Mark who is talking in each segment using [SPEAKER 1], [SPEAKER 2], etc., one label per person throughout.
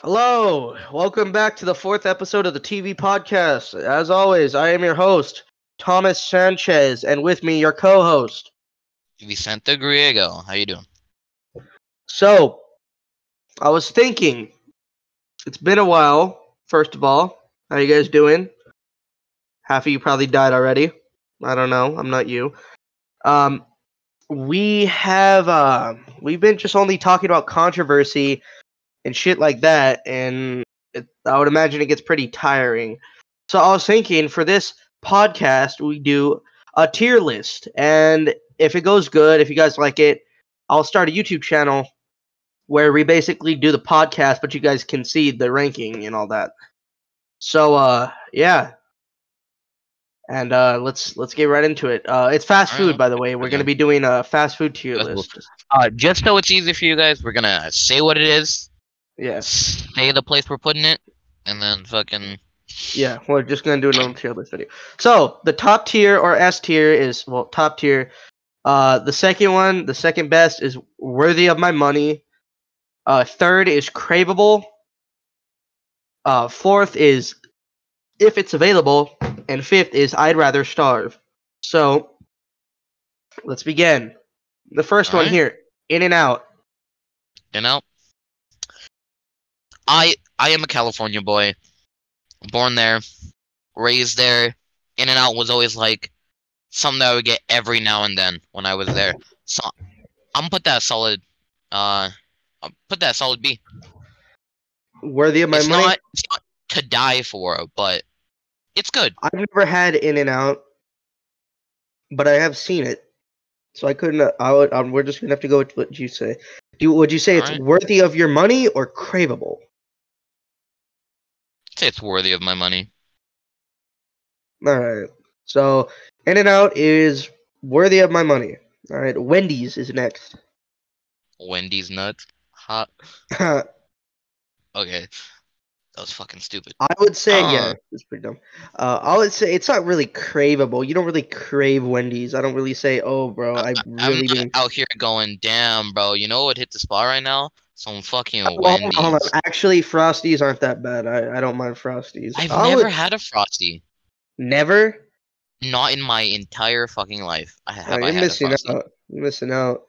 [SPEAKER 1] Hello, welcome back to the fourth episode of the TV podcast. As always, I am your host, Thomas Sanchez, and with me, your co host.
[SPEAKER 2] Vicente Griego, how you doing?
[SPEAKER 1] So, I was thinking, it's been a while, first of all. How you guys doing? Half of you probably died already. I don't know. I'm not you. Um, we have uh, we've been just only talking about controversy and shit like that, and it, I would imagine it gets pretty tiring. So I was thinking for this podcast, we do a tier list, and if it goes good, if you guys like it, I'll start a YouTube channel where we basically do the podcast, but you guys can see the ranking and all that. So uh, yeah. And uh, let's let's get right into it. Uh, it's fast
[SPEAKER 2] Alright,
[SPEAKER 1] food, by the way. We're gonna
[SPEAKER 2] okay.
[SPEAKER 1] be doing a fast food tier
[SPEAKER 2] Fast food.
[SPEAKER 1] list.
[SPEAKER 2] Uh, just so it's easy for you guys, we're gonna say what it is,
[SPEAKER 1] Yeah,
[SPEAKER 2] say the place we're putting it, and then fucking
[SPEAKER 1] yeah. We're just gonna do a normal tier list video. So the top tier or S tier is well top tier. Uh, the second one, the second best is worthy of my money. Uh, third is craveable. Uh, fourth is if it's available, and fifth is I'd rather starve. So let's begin. The first one
[SPEAKER 2] Alright.
[SPEAKER 1] here, In and Out.
[SPEAKER 2] you know. I I am a California boy, born there, raised there. In and out was always like something that I would get every now and then when I was there. So I'm gonna put that solid. Uh, I'll put that solid B.
[SPEAKER 1] Worthy of my
[SPEAKER 2] it's
[SPEAKER 1] money.
[SPEAKER 2] not it's not to die for, but it's good.
[SPEAKER 1] I've never had In and Out, but I have seen it, so I couldn't. uh, I would. Um, we're just gonna have to go with what you say. Do you, would you say it's
[SPEAKER 2] Alright.
[SPEAKER 1] worthy of your money or craveable?
[SPEAKER 2] I'd say it's worthy of my money.
[SPEAKER 1] All right. So In and Out is worthy of my money. All right. Wendy's is next.
[SPEAKER 2] Wendy's nuts. Hot.
[SPEAKER 1] I
[SPEAKER 2] Okay. That was fucking stupid.
[SPEAKER 1] would say yeah,
[SPEAKER 2] Uh.
[SPEAKER 1] it's pretty dumb. Uh, I would say it's not really craveable. You don't really crave Wendy's. I don't really say, oh, bro, I
[SPEAKER 2] I'm
[SPEAKER 1] really.
[SPEAKER 2] not
[SPEAKER 1] didn't
[SPEAKER 2] out here going, damn, bro. You know what hit the spot right now? Some fucking
[SPEAKER 1] Well,
[SPEAKER 2] Wendy's.
[SPEAKER 1] hold on. Actually, Frosties aren't that bad. I, I don't mind Frosties.
[SPEAKER 2] I've
[SPEAKER 1] I
[SPEAKER 2] never
[SPEAKER 1] would-
[SPEAKER 2] had a frosty.
[SPEAKER 1] never.
[SPEAKER 2] Not in my entire fucking life. I
[SPEAKER 1] Oh,
[SPEAKER 2] have I
[SPEAKER 1] you're
[SPEAKER 2] had a
[SPEAKER 1] missing
[SPEAKER 2] frosty.
[SPEAKER 1] out. You're missing out.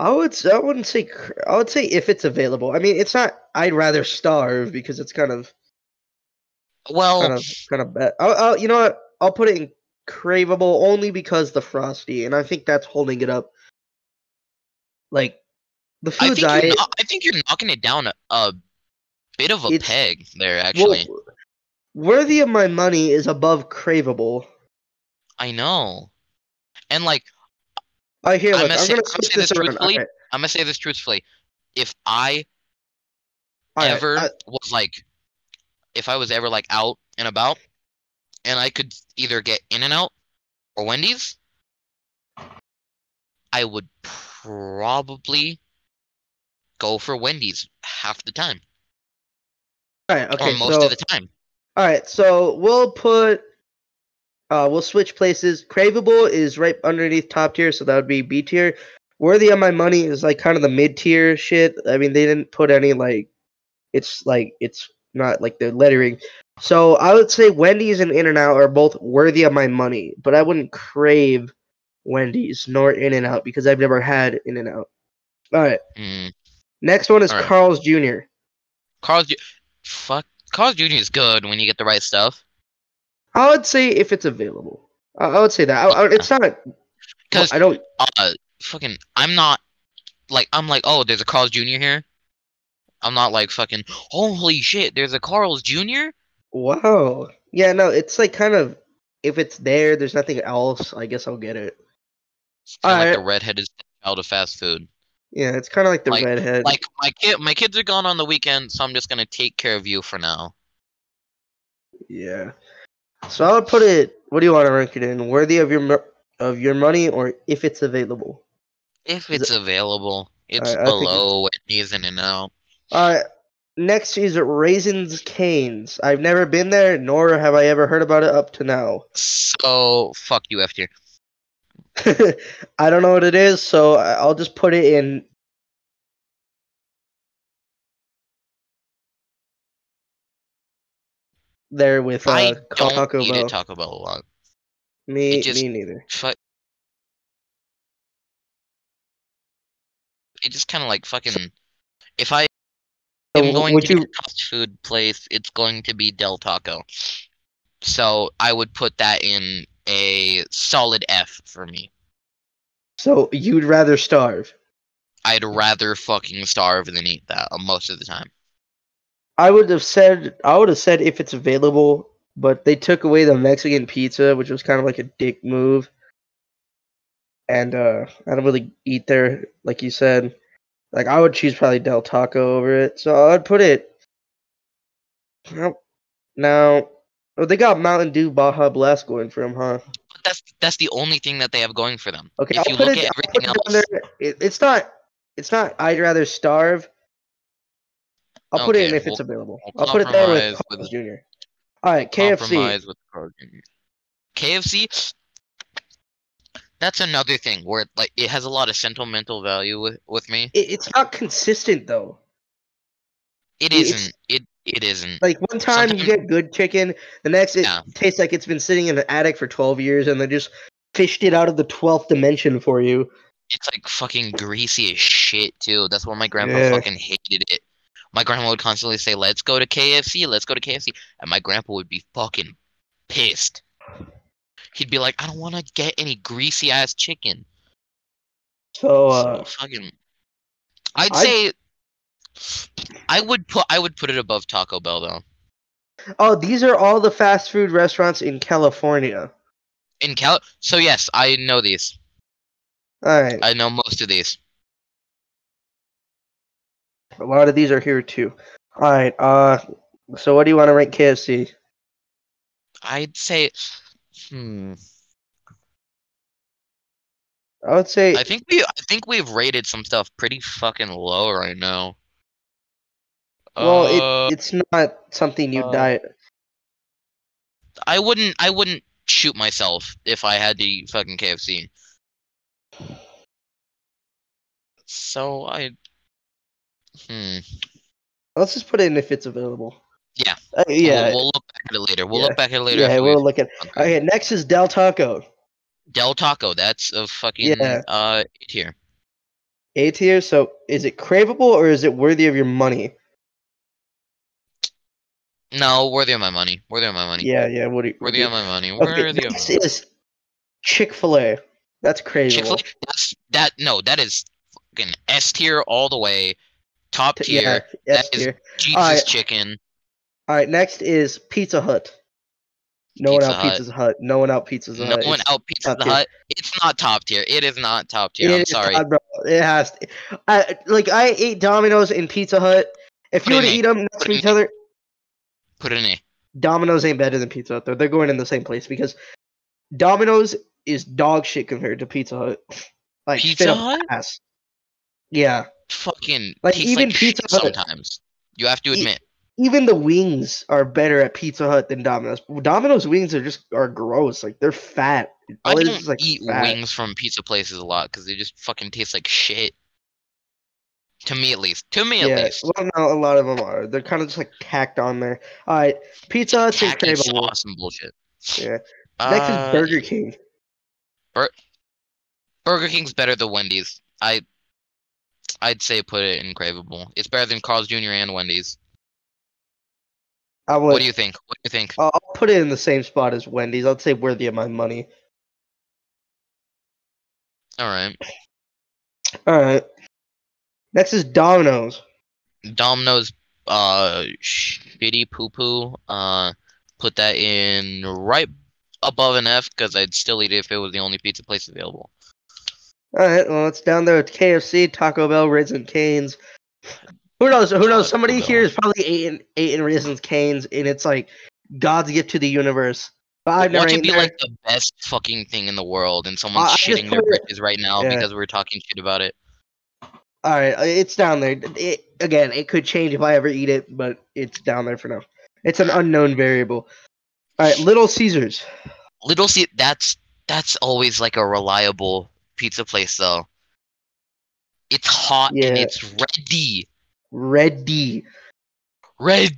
[SPEAKER 1] I would. s- I wouldn't say. cr- I would say if it's available. I mean, it's not. I'd rather starve because it's kind of, kind
[SPEAKER 2] Well,
[SPEAKER 1] of, kind of bad. I'll, I'll, you know what? I'll put it in craveable only because the frosty, and I think that's holding it up. Like the
[SPEAKER 2] I
[SPEAKER 1] foods
[SPEAKER 2] think,
[SPEAKER 1] I,
[SPEAKER 2] you're not, I think you're knocking it down a, a bit of a
[SPEAKER 1] It's-
[SPEAKER 2] peg there,
[SPEAKER 1] well,
[SPEAKER 2] actually.
[SPEAKER 1] worthy of my money is above craveable.
[SPEAKER 2] I know. And, like,
[SPEAKER 1] I hear.
[SPEAKER 2] I'm
[SPEAKER 1] Look,
[SPEAKER 2] gonna
[SPEAKER 1] I'm
[SPEAKER 2] say-
[SPEAKER 1] gonna
[SPEAKER 2] I'm
[SPEAKER 1] switch
[SPEAKER 2] saying
[SPEAKER 1] this
[SPEAKER 2] this
[SPEAKER 1] around.
[SPEAKER 2] truthfully,
[SPEAKER 1] Alright,
[SPEAKER 2] I'm going to say this truthfully. If I
[SPEAKER 1] alright,
[SPEAKER 2] ever
[SPEAKER 1] I-
[SPEAKER 2] was like if I was ever like out and about and I could either get In and Out or Wendy's, I would probably go for Wendy's half the time.
[SPEAKER 1] alright, okay.
[SPEAKER 2] or most
[SPEAKER 1] so-
[SPEAKER 2] of the time.
[SPEAKER 1] All right, so we'll put, uh, we'll switch places. Craveable is right underneath top tier, so that would be B tier. Worthy of my money is like kind of the mid tier shit. I mean, they didn't put any like, it's like it's not like the lettering. So I would say Wendy's and In and Out are both worthy of my money, but I wouldn't crave Wendy's nor In and Out because I've never had In and Out. All right,
[SPEAKER 2] Mm.
[SPEAKER 1] next one is
[SPEAKER 2] All right.
[SPEAKER 1] Carl's Jr.
[SPEAKER 2] Carl's Ju- fuck Carl's Jr. is good when you get the right stuff.
[SPEAKER 1] I would say if it's available. I, I would say that. I, I- it's not.
[SPEAKER 2] Because
[SPEAKER 1] I don't.
[SPEAKER 2] uh fucking I'm not like I'm like, oh, there's a Carl's Jr. here. I'm not like fucking holy shit, there's a Carl's Jr.
[SPEAKER 1] Wow. Yeah, no, it's like kind of if it's there, there's nothing else, I guess I'll get it.
[SPEAKER 2] Kinda like
[SPEAKER 1] Alright.
[SPEAKER 2] the redheaded child of fast food.
[SPEAKER 1] Yeah, it's kind of like the
[SPEAKER 2] Like-
[SPEAKER 1] redhead.
[SPEAKER 2] Like my kid, my kids are gone on the weekend, so I'm just gonna take care of you for now.
[SPEAKER 1] yeah. So I would put it. What do you want to rank it in? Worthy of your mo- of your money, or if it's available.
[SPEAKER 2] If
[SPEAKER 1] Is
[SPEAKER 2] it's available, it's
[SPEAKER 1] I- I think
[SPEAKER 2] below Wendy's in and out.
[SPEAKER 1] Uh, next is raisins canes. I've never been there, nor have I ever heard about it up to now.
[SPEAKER 2] So fuck you, F tier.
[SPEAKER 1] I don't know what it is, so I- I'll just put it in there with uh,
[SPEAKER 2] I don't
[SPEAKER 1] Taco
[SPEAKER 2] eat
[SPEAKER 1] Bell.
[SPEAKER 2] at Taco Bell a lot.
[SPEAKER 1] me,
[SPEAKER 2] it just-
[SPEAKER 1] me neither.
[SPEAKER 2] Fu- it just kind of like fucking. If I
[SPEAKER 1] So
[SPEAKER 2] am going
[SPEAKER 1] would
[SPEAKER 2] to
[SPEAKER 1] you?
[SPEAKER 2] get a fast food place, it's going to be Del Taco. So I would put that in a solid F for me.
[SPEAKER 1] So you'd rather starve?
[SPEAKER 2] I'd rather fucking starve than eat that uh, most of the time.
[SPEAKER 1] I would have said I would have said if it's available, but they took away the Mexican pizza, which was kind of like a dick move. And uh I don't really eat there, like you said. Like I would choose probably Del Taco over it, so I'd put it. Nope. Now, oh, they got Mountain Dew Baja Blast going for them, huh?
[SPEAKER 2] But that's that's the only thing that they have going for them.
[SPEAKER 1] Okay,
[SPEAKER 2] if
[SPEAKER 1] I'll
[SPEAKER 2] you
[SPEAKER 1] put
[SPEAKER 2] look
[SPEAKER 1] it- I'll
[SPEAKER 2] at
[SPEAKER 1] put
[SPEAKER 2] everything
[SPEAKER 1] it down
[SPEAKER 2] else,
[SPEAKER 1] there. It- it's not. It's not. I'd rather starve. I'll put it in
[SPEAKER 2] Okay,
[SPEAKER 1] if it's
[SPEAKER 2] well,
[SPEAKER 1] available.
[SPEAKER 2] I'll
[SPEAKER 1] I'll put it there with
[SPEAKER 2] compromise with-
[SPEAKER 1] Carl's Jr. All right, KFC.
[SPEAKER 2] compromise with Krogan. KFC. That's another thing where like it has a lot of sentimental value with, with me.
[SPEAKER 1] It, it's not consistent though.
[SPEAKER 2] It
[SPEAKER 1] It's-
[SPEAKER 2] isn't. It it isn't.
[SPEAKER 1] Like one time you
[SPEAKER 2] Sometimes-
[SPEAKER 1] get good chicken, the next it
[SPEAKER 2] Yeah.
[SPEAKER 1] tastes like it's been sitting in an attic for twelve years, and they just fished it out of the twelfth dimension for you.
[SPEAKER 2] It's like fucking greasy as shit too. That's why my grandpa
[SPEAKER 1] Yeah.
[SPEAKER 2] fucking hated it. My grandma would constantly say, "Let's go to KFC. Let's go to KFC," and my grandpa would be fucking pissed. He'd be like, "I don't want to get any greasy ass chicken."
[SPEAKER 1] So
[SPEAKER 2] So
[SPEAKER 1] uh,
[SPEAKER 2] fucking. I'd
[SPEAKER 1] I-
[SPEAKER 2] say. I would put I would put it above Taco Bell though.
[SPEAKER 1] oh, these are all the fast food restaurants in California.
[SPEAKER 2] In Cal, so yes, I know these.
[SPEAKER 1] All right,
[SPEAKER 2] I know most of these.
[SPEAKER 1] a lot of these are here too. All right, uh, so what do you want to rank KFC?
[SPEAKER 2] I'd say, hmm.
[SPEAKER 1] I would say
[SPEAKER 2] I think we, I think we've rated some stuff pretty fucking low right now.
[SPEAKER 1] well,
[SPEAKER 2] Uh,
[SPEAKER 1] it, it's not something you
[SPEAKER 2] uh,
[SPEAKER 1] diet.
[SPEAKER 2] I wouldn't, I wouldn't shoot myself if I had to eat fucking KFC. So I, hmm.
[SPEAKER 1] Let's just put it in if it's available.
[SPEAKER 2] Yeah.
[SPEAKER 1] Uh, yeah.
[SPEAKER 2] We'll, we'll look back at it later. We'll
[SPEAKER 1] Yeah.
[SPEAKER 2] look back at it later.
[SPEAKER 1] yeah,
[SPEAKER 2] after
[SPEAKER 1] we'll
[SPEAKER 2] we've
[SPEAKER 1] look at.
[SPEAKER 2] done that.
[SPEAKER 1] Okay, next is Del Taco.
[SPEAKER 2] Del Taco. That's a fucking
[SPEAKER 1] Yeah.
[SPEAKER 2] uh here.
[SPEAKER 1] A tier. So, is it craveable or is it worthy of your money?
[SPEAKER 2] No, worthy of my money. Worthy of my money.
[SPEAKER 1] Yeah, yeah. What do you?
[SPEAKER 2] Worthy of my money.
[SPEAKER 1] Okay,
[SPEAKER 2] Worthy of
[SPEAKER 1] next is Chick Fil A. That's
[SPEAKER 2] Chick Fil
[SPEAKER 1] craveable.
[SPEAKER 2] A. That's that. No, that is fucking S tier all the way. Top
[SPEAKER 1] T-
[SPEAKER 2] tier.
[SPEAKER 1] Yeah, S
[SPEAKER 2] That is-
[SPEAKER 1] tier.
[SPEAKER 2] Jesus
[SPEAKER 1] Alright.
[SPEAKER 2] chicken.
[SPEAKER 1] All right, next is Pizza Hut. No one
[SPEAKER 2] Pizza
[SPEAKER 1] out
[SPEAKER 2] Hut.
[SPEAKER 1] Pizza Hut. No one out Pizza Hut.
[SPEAKER 2] no one
[SPEAKER 1] It's-
[SPEAKER 2] out Pizza
[SPEAKER 1] top
[SPEAKER 2] the
[SPEAKER 1] tier.
[SPEAKER 2] Hut. It's not top tier. It is not top tier.
[SPEAKER 1] it
[SPEAKER 2] I'm
[SPEAKER 1] is
[SPEAKER 2] sorry.
[SPEAKER 1] not, bro. It has. To. I like. I ate Domino's and Pizza Hut. If
[SPEAKER 2] Put
[SPEAKER 1] you
[SPEAKER 2] it
[SPEAKER 1] were to
[SPEAKER 2] in A.
[SPEAKER 1] eat them next
[SPEAKER 2] Put
[SPEAKER 1] to
[SPEAKER 2] it
[SPEAKER 1] each
[SPEAKER 2] in A.
[SPEAKER 1] other,
[SPEAKER 2] Put it in A.
[SPEAKER 1] Domino's ain't better than Pizza Hut though. They're going in the same place because Domino's is dog shit compared to Pizza Hut. Like straight
[SPEAKER 2] Pizza
[SPEAKER 1] up
[SPEAKER 2] Hut?
[SPEAKER 1] ass. Yeah.
[SPEAKER 2] Fucking
[SPEAKER 1] Like,
[SPEAKER 2] tastes
[SPEAKER 1] even
[SPEAKER 2] like
[SPEAKER 1] Pizza
[SPEAKER 2] shit
[SPEAKER 1] Hut-
[SPEAKER 2] sometimes. You have to
[SPEAKER 1] E-
[SPEAKER 2] admit.
[SPEAKER 1] Even the wings are better at Pizza Hut than Domino's. Domino's wings are just are gross. Like they're fat.
[SPEAKER 2] I
[SPEAKER 1] Always,
[SPEAKER 2] don't
[SPEAKER 1] like,
[SPEAKER 2] eat
[SPEAKER 1] fat.
[SPEAKER 2] wings from pizza places a lot because they just fucking taste like shit. To me at least. To me at
[SPEAKER 1] yeah.
[SPEAKER 2] least.
[SPEAKER 1] Well, no, a lot of them are. They're kind of just like tacked on there. All right. Pizza Hut's
[SPEAKER 2] Tacky
[SPEAKER 1] incredible.
[SPEAKER 2] sauce and bullshit.
[SPEAKER 1] Yeah. Next
[SPEAKER 2] Uh,
[SPEAKER 1] is Burger King.
[SPEAKER 2] Burger King's better than Wendy's. I I'd say put it in craveable. It's better than Carl's Jr. and Wendy's.
[SPEAKER 1] I would.
[SPEAKER 2] What do you think? What do you think?
[SPEAKER 1] I'll I'll put it in the same spot as Wendy's. I'd say worthy of my money.
[SPEAKER 2] All right.
[SPEAKER 1] All right. Next is Domino's.
[SPEAKER 2] Domino's uh shitty poo poo. Uh put that in right above an F because I'd still eat it if it was the only pizza place available.
[SPEAKER 1] All right, well, it's down there with KFC, Taco Bell, Raisin Canes. Who knows? Who knows?
[SPEAKER 2] Taco
[SPEAKER 1] Somebody
[SPEAKER 2] Bell.
[SPEAKER 1] here is probably eating eating Raisin Canes, and it's like God's gift to the universe. But I've never
[SPEAKER 2] Watch it
[SPEAKER 1] eaten
[SPEAKER 2] be
[SPEAKER 1] there.
[SPEAKER 2] like the best fucking thing in the world, and someone's
[SPEAKER 1] I- I just
[SPEAKER 2] shitting their
[SPEAKER 1] put it-
[SPEAKER 2] britches right now
[SPEAKER 1] yeah.
[SPEAKER 2] because we're talking shit about it.
[SPEAKER 1] All right, uh, it's down there. It, again, it could change if I ever eat it, but it's down there for now. It's an unknown variable. All right, Little Caesars.
[SPEAKER 2] Little C, that's that's always like a reliable pizza place though. It's hot
[SPEAKER 1] Yeah.
[SPEAKER 2] and it's ready.
[SPEAKER 1] Red D.
[SPEAKER 2] Ready.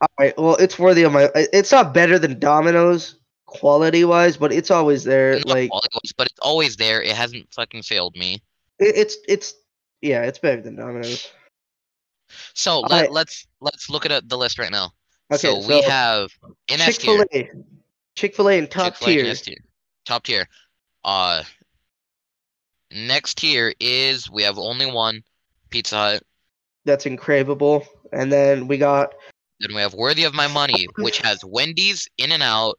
[SPEAKER 1] All right. Well, it's worthy of my. it- It's not better than Domino's quality wise, but it's always there.
[SPEAKER 2] Not
[SPEAKER 1] Like
[SPEAKER 2] always, but it's always there. It hasn't fucking failed me.
[SPEAKER 1] it, it's it's yeah, it's better than Domino's.
[SPEAKER 2] So let,
[SPEAKER 1] Alright.
[SPEAKER 2] let's let's look at the list right now.
[SPEAKER 1] Okay,
[SPEAKER 2] so we have in
[SPEAKER 1] Chick
[SPEAKER 2] S tier,
[SPEAKER 1] Fil A, Chick Fil A in top
[SPEAKER 2] Chick-fil-A in
[SPEAKER 1] tier.
[SPEAKER 2] S tier. Top tier. Uh next tier is we have only one Pizza Hut.
[SPEAKER 1] That's incredible. And then we got
[SPEAKER 2] Then we have Worthy of My Money, which has Wendy's, In and Out,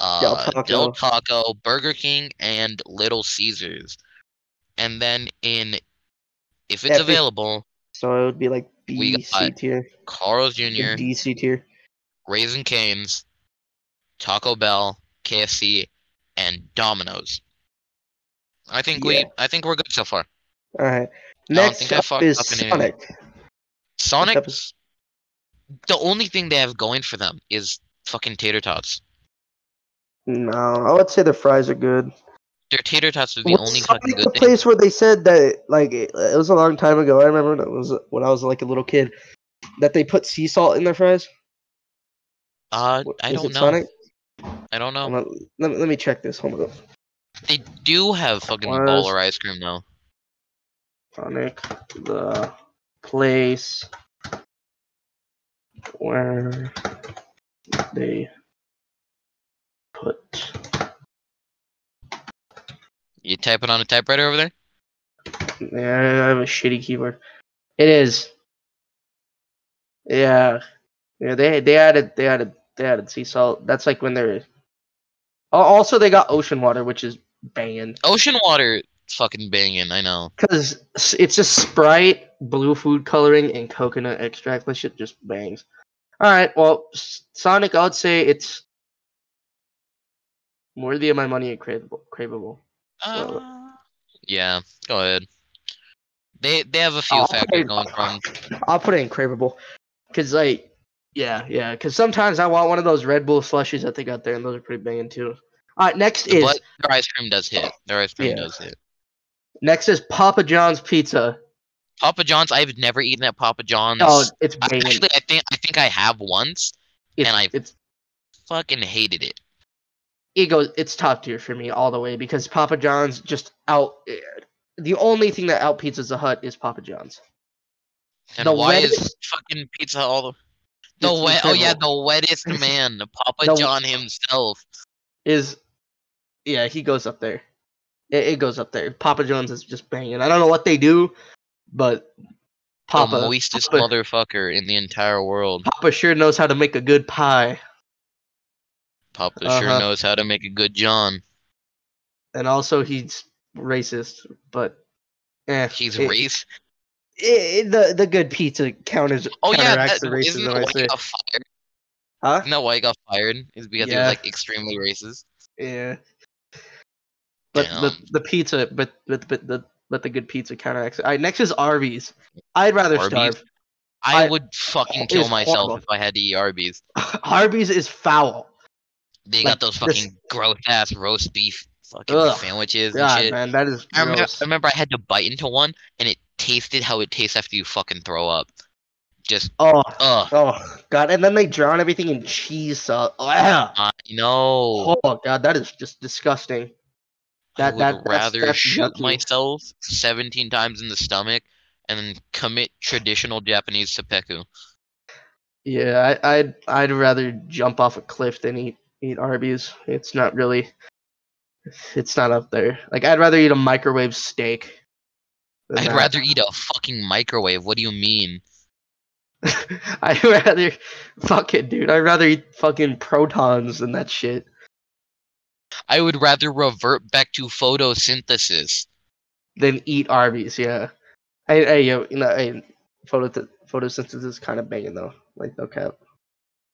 [SPEAKER 2] uh
[SPEAKER 1] Taco.
[SPEAKER 2] Del Taco, Burger King, and Little Caesars. And then in if it's
[SPEAKER 1] Every-
[SPEAKER 2] available,
[SPEAKER 1] so it would be like
[SPEAKER 2] We
[SPEAKER 1] B C
[SPEAKER 2] got
[SPEAKER 1] tier,
[SPEAKER 2] Carl's
[SPEAKER 1] or
[SPEAKER 2] Jr.,
[SPEAKER 1] D C tier.
[SPEAKER 2] Raisin Canes, Taco Bell, KFC, and Domino's. I think
[SPEAKER 1] Yeah.
[SPEAKER 2] we I think we're good so far.
[SPEAKER 1] All right.
[SPEAKER 2] don't
[SPEAKER 1] Next
[SPEAKER 2] think I
[SPEAKER 1] up
[SPEAKER 2] fucked
[SPEAKER 1] is
[SPEAKER 2] up in any-
[SPEAKER 1] Sonic.
[SPEAKER 2] Sonic
[SPEAKER 1] up is-
[SPEAKER 2] the only thing they have going for them is fucking tater tots.
[SPEAKER 1] No, I would say the fries are good.
[SPEAKER 2] Their tater tots are the
[SPEAKER 1] Was
[SPEAKER 2] only
[SPEAKER 1] Sonic
[SPEAKER 2] fucking
[SPEAKER 1] the
[SPEAKER 2] good thing.
[SPEAKER 1] place where they said that like it, it was a long time ago. I remember when it was when I was like a little kid that they put sea salt in their fries.
[SPEAKER 2] Uh
[SPEAKER 1] What-
[SPEAKER 2] I
[SPEAKER 1] was
[SPEAKER 2] don't
[SPEAKER 1] it
[SPEAKER 2] know.
[SPEAKER 1] Sonic?
[SPEAKER 2] I don't know.
[SPEAKER 1] Hold on, Let, me, let me check this. Hold on.
[SPEAKER 2] They do have fucking
[SPEAKER 1] Was-
[SPEAKER 2] bowler ice cream though.
[SPEAKER 1] Sonic the place where they put
[SPEAKER 2] You type it on a typewriter over there?
[SPEAKER 1] Yeah, I have a shitty keyboard. It is. Yeah, yeah. They they added they added they added sea salt. That's like when they're. Al- Also, they got ocean water, which is banging
[SPEAKER 2] Ocean water fucking banging, I know.
[SPEAKER 1] because it's just Sprite, blue food coloring, and coconut extract. That shit just bangs. All right, well, S- Sonic, I'd say it's worthy of my money and craveable. Craveable. Well-
[SPEAKER 2] Uh, yeah, go ahead. They they have a few
[SPEAKER 1] I'll
[SPEAKER 2] factors
[SPEAKER 1] put-
[SPEAKER 2] going from
[SPEAKER 1] I'll put it in craveable, cause like, yeah, yeah, cause sometimes I want one of those Red Bull slushies that they got there, and those are pretty banging too. All right, next is
[SPEAKER 2] but their ice cream does hit. Their ice cream
[SPEAKER 1] Yeah.
[SPEAKER 2] does hit.
[SPEAKER 1] next is Papa John's pizza.
[SPEAKER 2] Papa John's, I've never eaten at Papa John's.
[SPEAKER 1] Oh, it's
[SPEAKER 2] I-
[SPEAKER 1] banging.
[SPEAKER 2] Actually, I think I think I have once.
[SPEAKER 1] it's,
[SPEAKER 2] and I-
[SPEAKER 1] it's
[SPEAKER 2] Fucking hated it.
[SPEAKER 1] it goes it's top tier for me all the way because Papa John's just out. eh, The only thing that out pizzas the hut is Papa John's.
[SPEAKER 2] And
[SPEAKER 1] The
[SPEAKER 2] why is
[SPEAKER 1] wettest-
[SPEAKER 2] fucking pizza all the the
[SPEAKER 1] It's
[SPEAKER 2] wet? Oh yeah,
[SPEAKER 1] incredible.
[SPEAKER 2] the wettest man, Papa
[SPEAKER 1] The-
[SPEAKER 2] John himself.
[SPEAKER 1] Is yeah, he goes up there. It, it goes up there. Papa John's is just banging. I don't know what they do, but Papa
[SPEAKER 2] the moistest
[SPEAKER 1] Papa-
[SPEAKER 2] motherfucker in the entire world.
[SPEAKER 1] Papa sure knows how to make a good pie.
[SPEAKER 2] Papa sure
[SPEAKER 1] Uh-huh.
[SPEAKER 2] knows how to make a good John.
[SPEAKER 1] And also, he's racist, but eh,
[SPEAKER 2] He's
[SPEAKER 1] it-
[SPEAKER 2] race.
[SPEAKER 1] it- it- the the good pizza counters
[SPEAKER 2] Oh yeah,
[SPEAKER 1] counteracts
[SPEAKER 2] that,
[SPEAKER 1] the
[SPEAKER 2] isn't
[SPEAKER 1] racism.
[SPEAKER 2] that
[SPEAKER 1] I
[SPEAKER 2] why he
[SPEAKER 1] say,
[SPEAKER 2] got fired?
[SPEAKER 1] huh?
[SPEAKER 2] Isn't that why he got fired? Is because
[SPEAKER 1] Yeah.
[SPEAKER 2] he was like extremely racist.
[SPEAKER 1] Yeah. But the,
[SPEAKER 2] Damn.
[SPEAKER 1] the pizza, but but but the but the good pizza counteracts. All right, next is Arby's. I'd rather
[SPEAKER 2] Arby's?
[SPEAKER 1] starve.
[SPEAKER 2] I,
[SPEAKER 1] I-
[SPEAKER 2] would fucking
[SPEAKER 1] it
[SPEAKER 2] kill
[SPEAKER 1] is
[SPEAKER 2] myself
[SPEAKER 1] horrible.
[SPEAKER 2] if I had to eat Arby's.
[SPEAKER 1] Arby's is foul.
[SPEAKER 2] They
[SPEAKER 1] Like,
[SPEAKER 2] got those
[SPEAKER 1] this-
[SPEAKER 2] fucking gross ass roast beef fucking
[SPEAKER 1] Ugh.
[SPEAKER 2] sandwiches and
[SPEAKER 1] God,
[SPEAKER 2] shit.
[SPEAKER 1] man, that is
[SPEAKER 2] I remember,
[SPEAKER 1] gross.
[SPEAKER 2] I remember I had to bite into one and it tasted how it tastes after you fucking throw up. Just
[SPEAKER 1] Oh,
[SPEAKER 2] ugh.
[SPEAKER 1] oh, God! And then they drown everything in cheese sauce. Ugh.
[SPEAKER 2] I know.
[SPEAKER 1] Oh, God, that is just disgusting.
[SPEAKER 2] I
[SPEAKER 1] that-
[SPEAKER 2] would
[SPEAKER 1] that- that's-
[SPEAKER 2] rather
[SPEAKER 1] that's
[SPEAKER 2] shoot
[SPEAKER 1] yucky.
[SPEAKER 2] myself seventeen times in the stomach and then commit traditional Japanese seppuku.
[SPEAKER 1] Yeah, I, I'd I'd rather jump off a cliff than eat eat Arby's. It's not really, it's not up there. Like I'd rather eat a microwave steak. than
[SPEAKER 2] I'd
[SPEAKER 1] that.
[SPEAKER 2] rather eat a fucking microwave. What do you mean?
[SPEAKER 1] I'd rather fuck it, dude. I'd rather eat fucking protons than that shit.
[SPEAKER 2] I would rather revert back to photosynthesis.
[SPEAKER 1] Than eat Arby's, yeah. Hey, hey, yo, you know, hey, photo photosynthesis is kind of banging though. Like, no cap,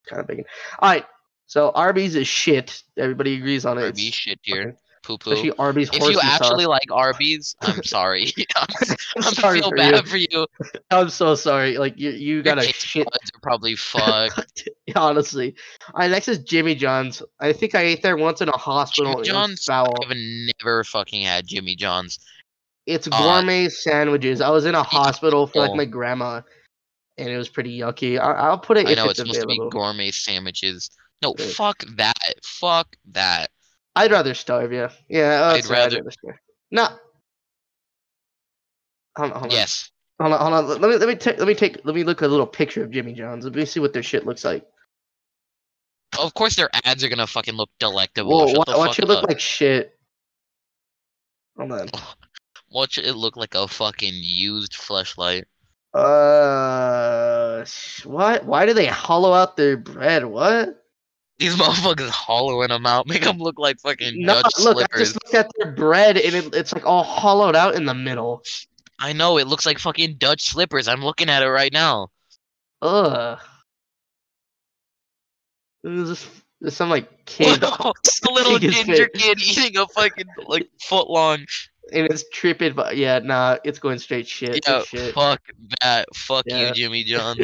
[SPEAKER 1] kind of banging. All right, so Arby's is shit. Everybody agrees on it.
[SPEAKER 2] Arby's
[SPEAKER 1] It's
[SPEAKER 2] shit here.
[SPEAKER 1] fucking-
[SPEAKER 2] Poo poo.
[SPEAKER 1] Especially Arby's
[SPEAKER 2] If
[SPEAKER 1] horsey
[SPEAKER 2] you actually
[SPEAKER 1] sauce.
[SPEAKER 2] like Arby's, I'm sorry. I'm,
[SPEAKER 1] sorry
[SPEAKER 2] feel
[SPEAKER 1] for
[SPEAKER 2] bad
[SPEAKER 1] you.
[SPEAKER 2] for you. Your
[SPEAKER 1] I'm so sorry. Like, you you got a
[SPEAKER 2] taste
[SPEAKER 1] shit.
[SPEAKER 2] buds are probably fucked.
[SPEAKER 1] Honestly, all right. Next is Jimmy John's. I think I ate there once in a hospital.
[SPEAKER 2] Jimmy
[SPEAKER 1] It was
[SPEAKER 2] John's.
[SPEAKER 1] foul.
[SPEAKER 2] I've never fucking had Jimmy John's.
[SPEAKER 1] It's
[SPEAKER 2] Uh,
[SPEAKER 1] gourmet sandwiches. I was in a hospital for like
[SPEAKER 2] oh.
[SPEAKER 1] my grandma, and it was pretty yucky. I, I'll put it
[SPEAKER 2] I
[SPEAKER 1] if
[SPEAKER 2] know
[SPEAKER 1] it's,
[SPEAKER 2] it's supposed
[SPEAKER 1] available.
[SPEAKER 2] to be gourmet sandwiches. No,
[SPEAKER 1] Yeah.
[SPEAKER 2] fuck that. Fuck that.
[SPEAKER 1] I'd rather starve. Yeah, yeah. oh,
[SPEAKER 2] I'd
[SPEAKER 1] I'd, rather...
[SPEAKER 2] rather-
[SPEAKER 1] I'd rather starve. No. Hold on, hold on.
[SPEAKER 2] Yes.
[SPEAKER 1] Hold on, hold on. Let me let me take let me take let me look at a little picture of Jimmy John's. Let me see what their shit looks like.
[SPEAKER 2] Of course their ads are gonna fucking look delectable.
[SPEAKER 1] Whoa,
[SPEAKER 2] Shut
[SPEAKER 1] why,
[SPEAKER 2] the
[SPEAKER 1] why
[SPEAKER 2] fuck
[SPEAKER 1] you look
[SPEAKER 2] up.
[SPEAKER 1] like shit? Hold on.
[SPEAKER 2] Watch it look like a fucking used fleshlight.
[SPEAKER 1] Uh, sh- what? Why do they hollow out their bread? What?
[SPEAKER 2] These motherfuckers hollowing them out, make them look like fucking
[SPEAKER 1] No,
[SPEAKER 2] Dutch
[SPEAKER 1] look, I
[SPEAKER 2] slippers.
[SPEAKER 1] just looked at their bread and it, it's like all hollowed out in the middle.
[SPEAKER 2] I know it looks like fucking Dutch slippers. I'm looking at it right now.
[SPEAKER 1] Ugh. This is there's some like kid
[SPEAKER 2] a little
[SPEAKER 1] His
[SPEAKER 2] ginger
[SPEAKER 1] face.
[SPEAKER 2] kid eating a fucking like foot long.
[SPEAKER 1] and it's tripping, but yeah, nah, it's going straight shit.
[SPEAKER 2] Yeah,
[SPEAKER 1] Good shit.
[SPEAKER 2] fuck that. Fuck
[SPEAKER 1] Yeah.
[SPEAKER 2] you, Jimmy John.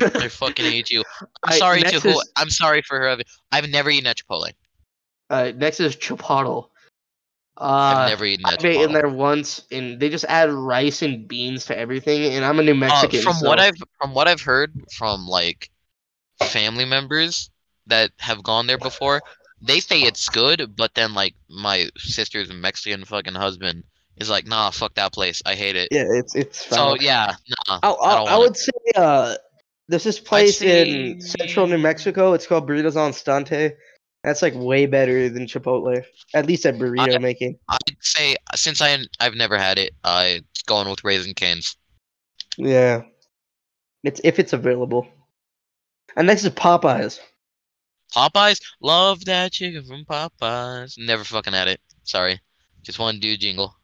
[SPEAKER 2] I fucking hate you. I'm
[SPEAKER 1] Alright,
[SPEAKER 2] sorry to
[SPEAKER 1] next
[SPEAKER 2] who.
[SPEAKER 1] is-
[SPEAKER 2] I'm sorry for whoever. I've never eaten at Chipotle.
[SPEAKER 1] Uh, next is Chipotle.
[SPEAKER 2] I've
[SPEAKER 1] Uh,
[SPEAKER 2] never eaten at
[SPEAKER 1] I've ate in
[SPEAKER 2] Chipotle.
[SPEAKER 1] there once, and they just add rice and beans to everything. And I'm a New
[SPEAKER 2] Uh,
[SPEAKER 1] Mexican.
[SPEAKER 2] from what
[SPEAKER 1] so-
[SPEAKER 2] I've from what I've heard from like family members that have gone there before, they say it's good, but then like my sister's Mexican fucking husband is like, nah, fuck that place. I hate it.
[SPEAKER 1] yeah, it's it's
[SPEAKER 2] So
[SPEAKER 1] fine.
[SPEAKER 2] yeah, nah.
[SPEAKER 1] I,
[SPEAKER 2] I don't
[SPEAKER 1] I, I
[SPEAKER 2] want
[SPEAKER 1] would say uh, there's this place in central New
[SPEAKER 2] say-
[SPEAKER 1] Mexico. It's called Burritos on Stante. That's like way better than Chipotle, at least at burrito making.
[SPEAKER 2] I'd say uh, since I I've never had it, I it's going with raisin canes.
[SPEAKER 1] Yeah, it's if it's available. And next is Popeyes.
[SPEAKER 2] Popeyes, love that chicken from Popeyes. Never fucking had it. Sorry, just want to do a jingle.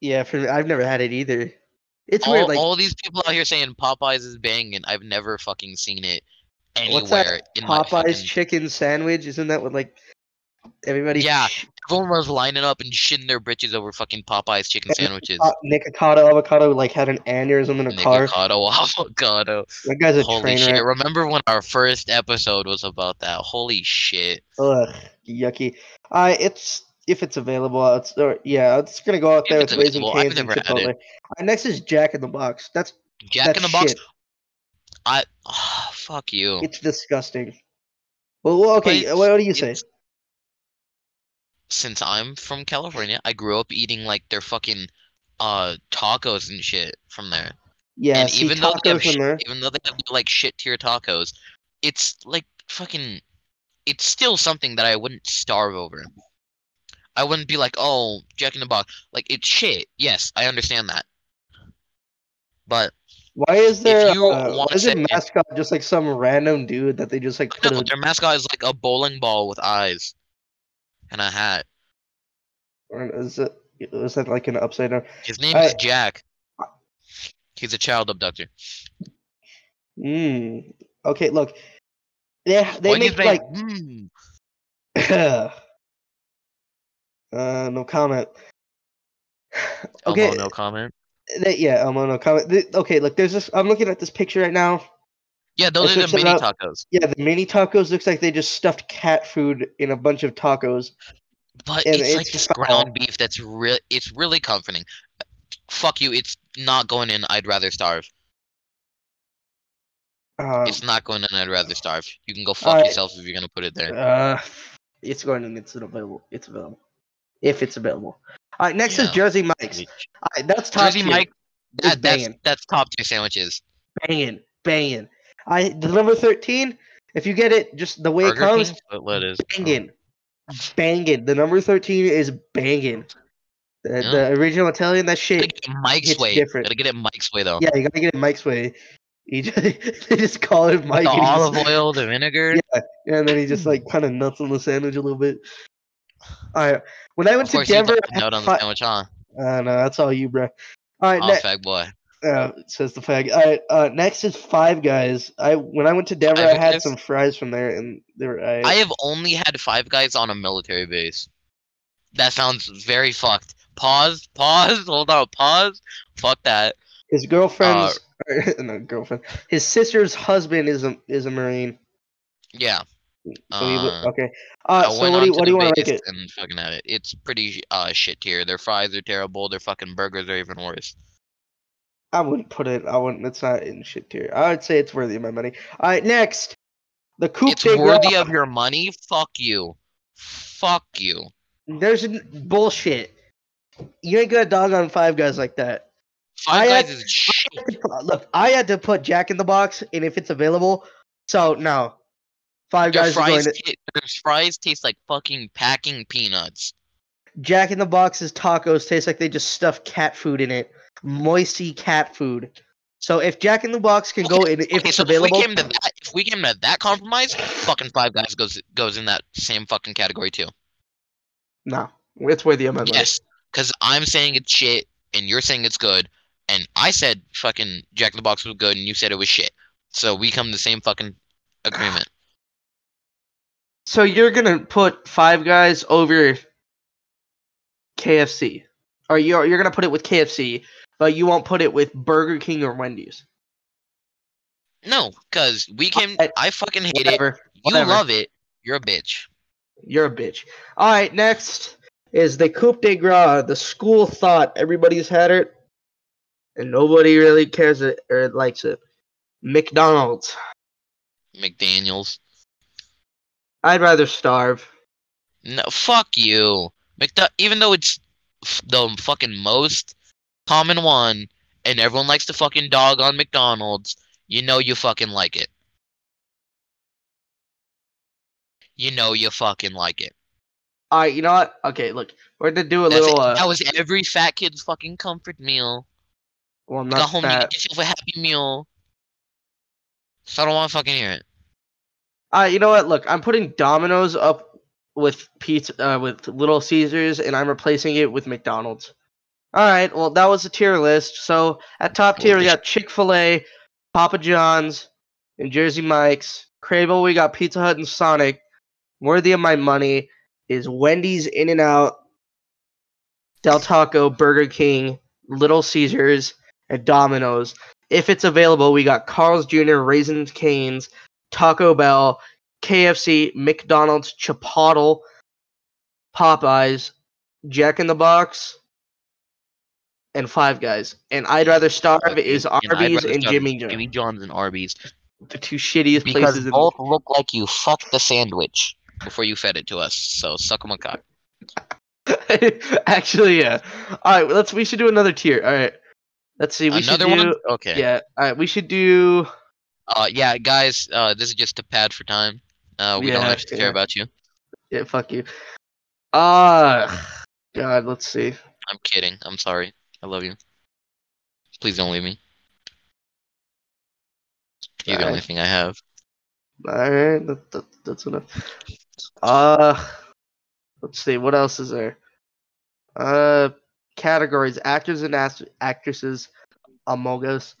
[SPEAKER 1] Yeah, for I've never had it either. It's
[SPEAKER 2] all,
[SPEAKER 1] weird. Like
[SPEAKER 2] all these people out here saying Popeyes is banging. I've never fucking seen it anywhere.
[SPEAKER 1] What's that
[SPEAKER 2] in my
[SPEAKER 1] Popeyes
[SPEAKER 2] fucking-
[SPEAKER 1] chicken sandwich, isn't that what like everybody?
[SPEAKER 2] Yeah, Everyone was lining up and shitting their britches over fucking Popeyes chicken
[SPEAKER 1] And
[SPEAKER 2] sandwiches.
[SPEAKER 1] Uh, Nick Ocado avocado like had an aneurysm in a
[SPEAKER 2] Nick
[SPEAKER 1] car.
[SPEAKER 2] Ocado, Oh, avocado.
[SPEAKER 1] That guy's a
[SPEAKER 2] Holy
[SPEAKER 1] train
[SPEAKER 2] shit!
[SPEAKER 1] wreck.
[SPEAKER 2] Remember when our first episode was about that? Holy shit!
[SPEAKER 1] Ugh, yucky. Uh, it's if it's available. It's or, yeah, it's gonna go out
[SPEAKER 2] If
[SPEAKER 1] there with
[SPEAKER 2] it's
[SPEAKER 1] raisin
[SPEAKER 2] available, I've
[SPEAKER 1] canes and
[SPEAKER 2] never had
[SPEAKER 1] Chipotle.
[SPEAKER 2] it.
[SPEAKER 1] Uh, next is Jack in the Box. That's
[SPEAKER 2] Jack
[SPEAKER 1] that's
[SPEAKER 2] in the Box.
[SPEAKER 1] shit.
[SPEAKER 2] I oh, fuck you.
[SPEAKER 1] It's disgusting. Well, well okay.
[SPEAKER 2] But
[SPEAKER 1] what, what do you say?
[SPEAKER 2] it's- Since I'm from California, I grew up eating like their fucking uh tacos and shit from there.
[SPEAKER 1] Yeah,
[SPEAKER 2] and
[SPEAKER 1] see,
[SPEAKER 2] even though they have
[SPEAKER 1] tacos
[SPEAKER 2] sh-
[SPEAKER 1] in there.
[SPEAKER 2] even though they have like shit tier tacos, it's like fucking it's still something that I wouldn't starve over. I wouldn't be like, "Oh, Jack in the Box." Like it's shit. Yes, I understand that. But
[SPEAKER 1] Why is there?
[SPEAKER 2] you
[SPEAKER 1] uh, why
[SPEAKER 2] wanna
[SPEAKER 1] is it
[SPEAKER 2] say-
[SPEAKER 1] mascot just like some random dude that they just like put
[SPEAKER 2] no,
[SPEAKER 1] a,
[SPEAKER 2] their mascot is like a bowling ball with eyes and a hat.
[SPEAKER 1] or is it is that like an upside down?
[SPEAKER 2] His name is Jack. He's a child abductor.
[SPEAKER 1] Mm. Okay, look. They they
[SPEAKER 2] When you
[SPEAKER 1] make
[SPEAKER 2] say,
[SPEAKER 1] like
[SPEAKER 2] "Hmm,
[SPEAKER 1] uh no comment.
[SPEAKER 2] Elmo,
[SPEAKER 1] Okay,
[SPEAKER 2] no comment.
[SPEAKER 1] they- yeah, Elmo, no comment. Th- okay, look, there's this. I'm looking at this picture right now.
[SPEAKER 2] Yeah, those
[SPEAKER 1] should
[SPEAKER 2] are the
[SPEAKER 1] set it
[SPEAKER 2] mini
[SPEAKER 1] up.
[SPEAKER 2] tacos.
[SPEAKER 1] Yeah, the mini tacos looks like they just stuffed cat food in a bunch of tacos.
[SPEAKER 2] But
[SPEAKER 1] And
[SPEAKER 2] it's like
[SPEAKER 1] it's
[SPEAKER 2] this
[SPEAKER 1] foul.
[SPEAKER 2] ground beef that's real. It's really comforting. Fuck you. It's not going in. I'd rather starve.
[SPEAKER 1] Um,
[SPEAKER 2] It's not going in. I'd rather starve. You can go fuck
[SPEAKER 1] Alright.
[SPEAKER 2] yourself if you're gonna put it there.
[SPEAKER 1] uh, it's going and it's available. It's available if it's available. All right, next is
[SPEAKER 2] Yeah.
[SPEAKER 1] Jersey Mike's. All right, that's top
[SPEAKER 2] Jersey
[SPEAKER 1] tier.
[SPEAKER 2] Mike.
[SPEAKER 1] It's
[SPEAKER 2] That, that's
[SPEAKER 1] banging.
[SPEAKER 2] that's top tier sandwiches.
[SPEAKER 1] banging, banging. I the number thirteen. If you get it, just the way it
[SPEAKER 2] Burger
[SPEAKER 1] comes,
[SPEAKER 2] King, what it is.
[SPEAKER 1] banging, banging. The number thirteen is banging. The,
[SPEAKER 2] Yeah.
[SPEAKER 1] the original Italian, that
[SPEAKER 2] Gotta
[SPEAKER 1] shit.
[SPEAKER 2] get it Mike's
[SPEAKER 1] It's
[SPEAKER 2] way.
[SPEAKER 1] different.
[SPEAKER 2] Gotta get it Mike's way though.
[SPEAKER 1] Yeah, you gotta get it Mike's way. He just, they just call it Mike,
[SPEAKER 2] the
[SPEAKER 1] and, he just-
[SPEAKER 2] olive oil, the vinegar.
[SPEAKER 1] Yeah, and then he just like kind of nuts on the sandwich a little bit. All right, when I went
[SPEAKER 2] of
[SPEAKER 1] to
[SPEAKER 2] course, you
[SPEAKER 1] Denver,
[SPEAKER 2] left
[SPEAKER 1] I
[SPEAKER 2] a note
[SPEAKER 1] had
[SPEAKER 2] on
[SPEAKER 1] fi-
[SPEAKER 2] the sandwich, huh?
[SPEAKER 1] uh, no, that's all you, bro. All right,
[SPEAKER 2] Oh,
[SPEAKER 1] ne-
[SPEAKER 2] fag boy.
[SPEAKER 1] uh, says the fag. All right, uh, next is Five Guys. I when I went to Denver,
[SPEAKER 2] Five
[SPEAKER 1] I had
[SPEAKER 2] Guys?
[SPEAKER 1] some fries from there, and they were. I,
[SPEAKER 2] I have only had five guys on a military base. That sounds very fucked. Pause, pause, hold on, pause. Fuck that.
[SPEAKER 1] His girlfriend's
[SPEAKER 2] Uh,
[SPEAKER 1] or, no girlfriend. His sister's husband is a is a marine.
[SPEAKER 2] Yeah.
[SPEAKER 1] So he, wa-
[SPEAKER 2] Uh,
[SPEAKER 1] okay. Uh,
[SPEAKER 2] I
[SPEAKER 1] so
[SPEAKER 2] went
[SPEAKER 1] what
[SPEAKER 2] on
[SPEAKER 1] do you
[SPEAKER 2] to
[SPEAKER 1] what do
[SPEAKER 2] the
[SPEAKER 1] you want to
[SPEAKER 2] base
[SPEAKER 1] make it?
[SPEAKER 2] And fucking had it. It's pretty uh, shit tier. Their fries are terrible. Their fucking burgers are even worse.
[SPEAKER 1] I wouldn't put it. I wouldn't. It's not in shit tier. I'd say it's worthy of my money. All right, next, the Coupe
[SPEAKER 2] It's
[SPEAKER 1] de
[SPEAKER 2] worthy
[SPEAKER 1] Gras.
[SPEAKER 2] of your money. Fuck you. Fuck you.
[SPEAKER 1] There's n- bullshit. You ain't gonna dog on Five Guys like that.
[SPEAKER 2] Five
[SPEAKER 1] I
[SPEAKER 2] Guys is shit.
[SPEAKER 1] Look, I had to put Jack in the box, and if it's available, so no, Five
[SPEAKER 2] Their
[SPEAKER 1] Guys is going
[SPEAKER 2] fries,
[SPEAKER 1] to
[SPEAKER 2] ta- their fries taste like fucking packing peanuts.
[SPEAKER 1] Jack in the Box's tacos taste like they just stuffed cat food in it. Moisty cat food. So if Jack in the Box can go in if
[SPEAKER 2] Okay,
[SPEAKER 1] it's
[SPEAKER 2] so
[SPEAKER 1] available,
[SPEAKER 2] if we came to that, if we came to that compromise, fucking Five Guys goes goes in that same fucking category too.
[SPEAKER 1] no, it's worthy of my money.
[SPEAKER 2] Yes, because I'm saying it's shit, and you're saying it's good, and I said fucking Jack in the Box was good, and you said it was shit. So we come to the same fucking agreement.
[SPEAKER 1] So you're gonna put Five Guys over KFC, or you're you're gonna put it with KFC, but you won't put it with Burger King or Wendy's.
[SPEAKER 2] No, because we came.
[SPEAKER 1] I-
[SPEAKER 2] I fucking hate it.
[SPEAKER 1] Whatever,
[SPEAKER 2] You
[SPEAKER 1] whatever.
[SPEAKER 2] love it. You're a bitch.
[SPEAKER 1] You're a bitch. All right, next is the Coupe de Gras, the school thought. Everybody's had it, and nobody really cares it or likes it. McDonald's.
[SPEAKER 2] McDaniel's.
[SPEAKER 1] I'd rather starve.
[SPEAKER 2] No, fuck you. McDo- even though it's f- the fucking most common one, and everyone likes to fucking dog on McDonald's, you know you fucking like it. You know you fucking like it.
[SPEAKER 1] All right, you know what? Okay, look, we're gonna do a
[SPEAKER 2] That's it.
[SPEAKER 1] little. Uh,
[SPEAKER 2] that was every fat kid's fucking comfort meal.
[SPEAKER 1] well, I'm
[SPEAKER 2] Got
[SPEAKER 1] not
[SPEAKER 2] home, you
[SPEAKER 1] fat.
[SPEAKER 2] get yourself a happy meal. So I don't want to fucking hear it.
[SPEAKER 1] All right, Uh, you know what? Look, I'm putting Domino's up with pizza uh, with Little Caesars, and I'm replacing it with McDonald's. All right, well, that was the tier list. So at top tier, we got Chick Fil A, Papa John's, and Jersey Mike's. Crable, we got Pizza Hut and Sonic. Worthy of my money is Wendy's, In and Out, Del Taco, Burger King, Little Caesars, and Domino's. If it's available, we got Carl's Jr., Raisin Cane's, Taco Bell, KFC, McDonald's, Chipotle, Popeyes, Jack in the Box, and Five Guys. And I'd rather starve is
[SPEAKER 2] And I'd
[SPEAKER 1] Arby's
[SPEAKER 2] rather
[SPEAKER 1] and
[SPEAKER 2] starve
[SPEAKER 1] Jimmy John's,
[SPEAKER 2] Jimmy John's and Arby's.
[SPEAKER 1] the two shittiest
[SPEAKER 2] Because
[SPEAKER 1] places in
[SPEAKER 2] both look like you fucked the sandwich before you fed it to us. So suck 'em a cock.
[SPEAKER 1] Actually, yeah. All right, well, let's. We should do another tier. All right, let's see. We
[SPEAKER 2] Another
[SPEAKER 1] should
[SPEAKER 2] one?
[SPEAKER 1] do.
[SPEAKER 2] Okay.
[SPEAKER 1] Yeah. All right, we should do.
[SPEAKER 2] Uh, yeah, guys. Uh, this is just a pad for time. Uh, we don't
[SPEAKER 1] Yeah,
[SPEAKER 2] actually
[SPEAKER 1] yeah.
[SPEAKER 2] care about you.
[SPEAKER 1] Yeah, fuck you. Ah, God. Let's see.
[SPEAKER 2] I'm kidding. I'm sorry. I love you. Please don't leave me. You're the
[SPEAKER 1] Alright.
[SPEAKER 2] only thing I have.
[SPEAKER 1] All right, that, that, that's enough. Uh, let's see. What else is there? Uh, categories: actors and act- actresses. Among Us.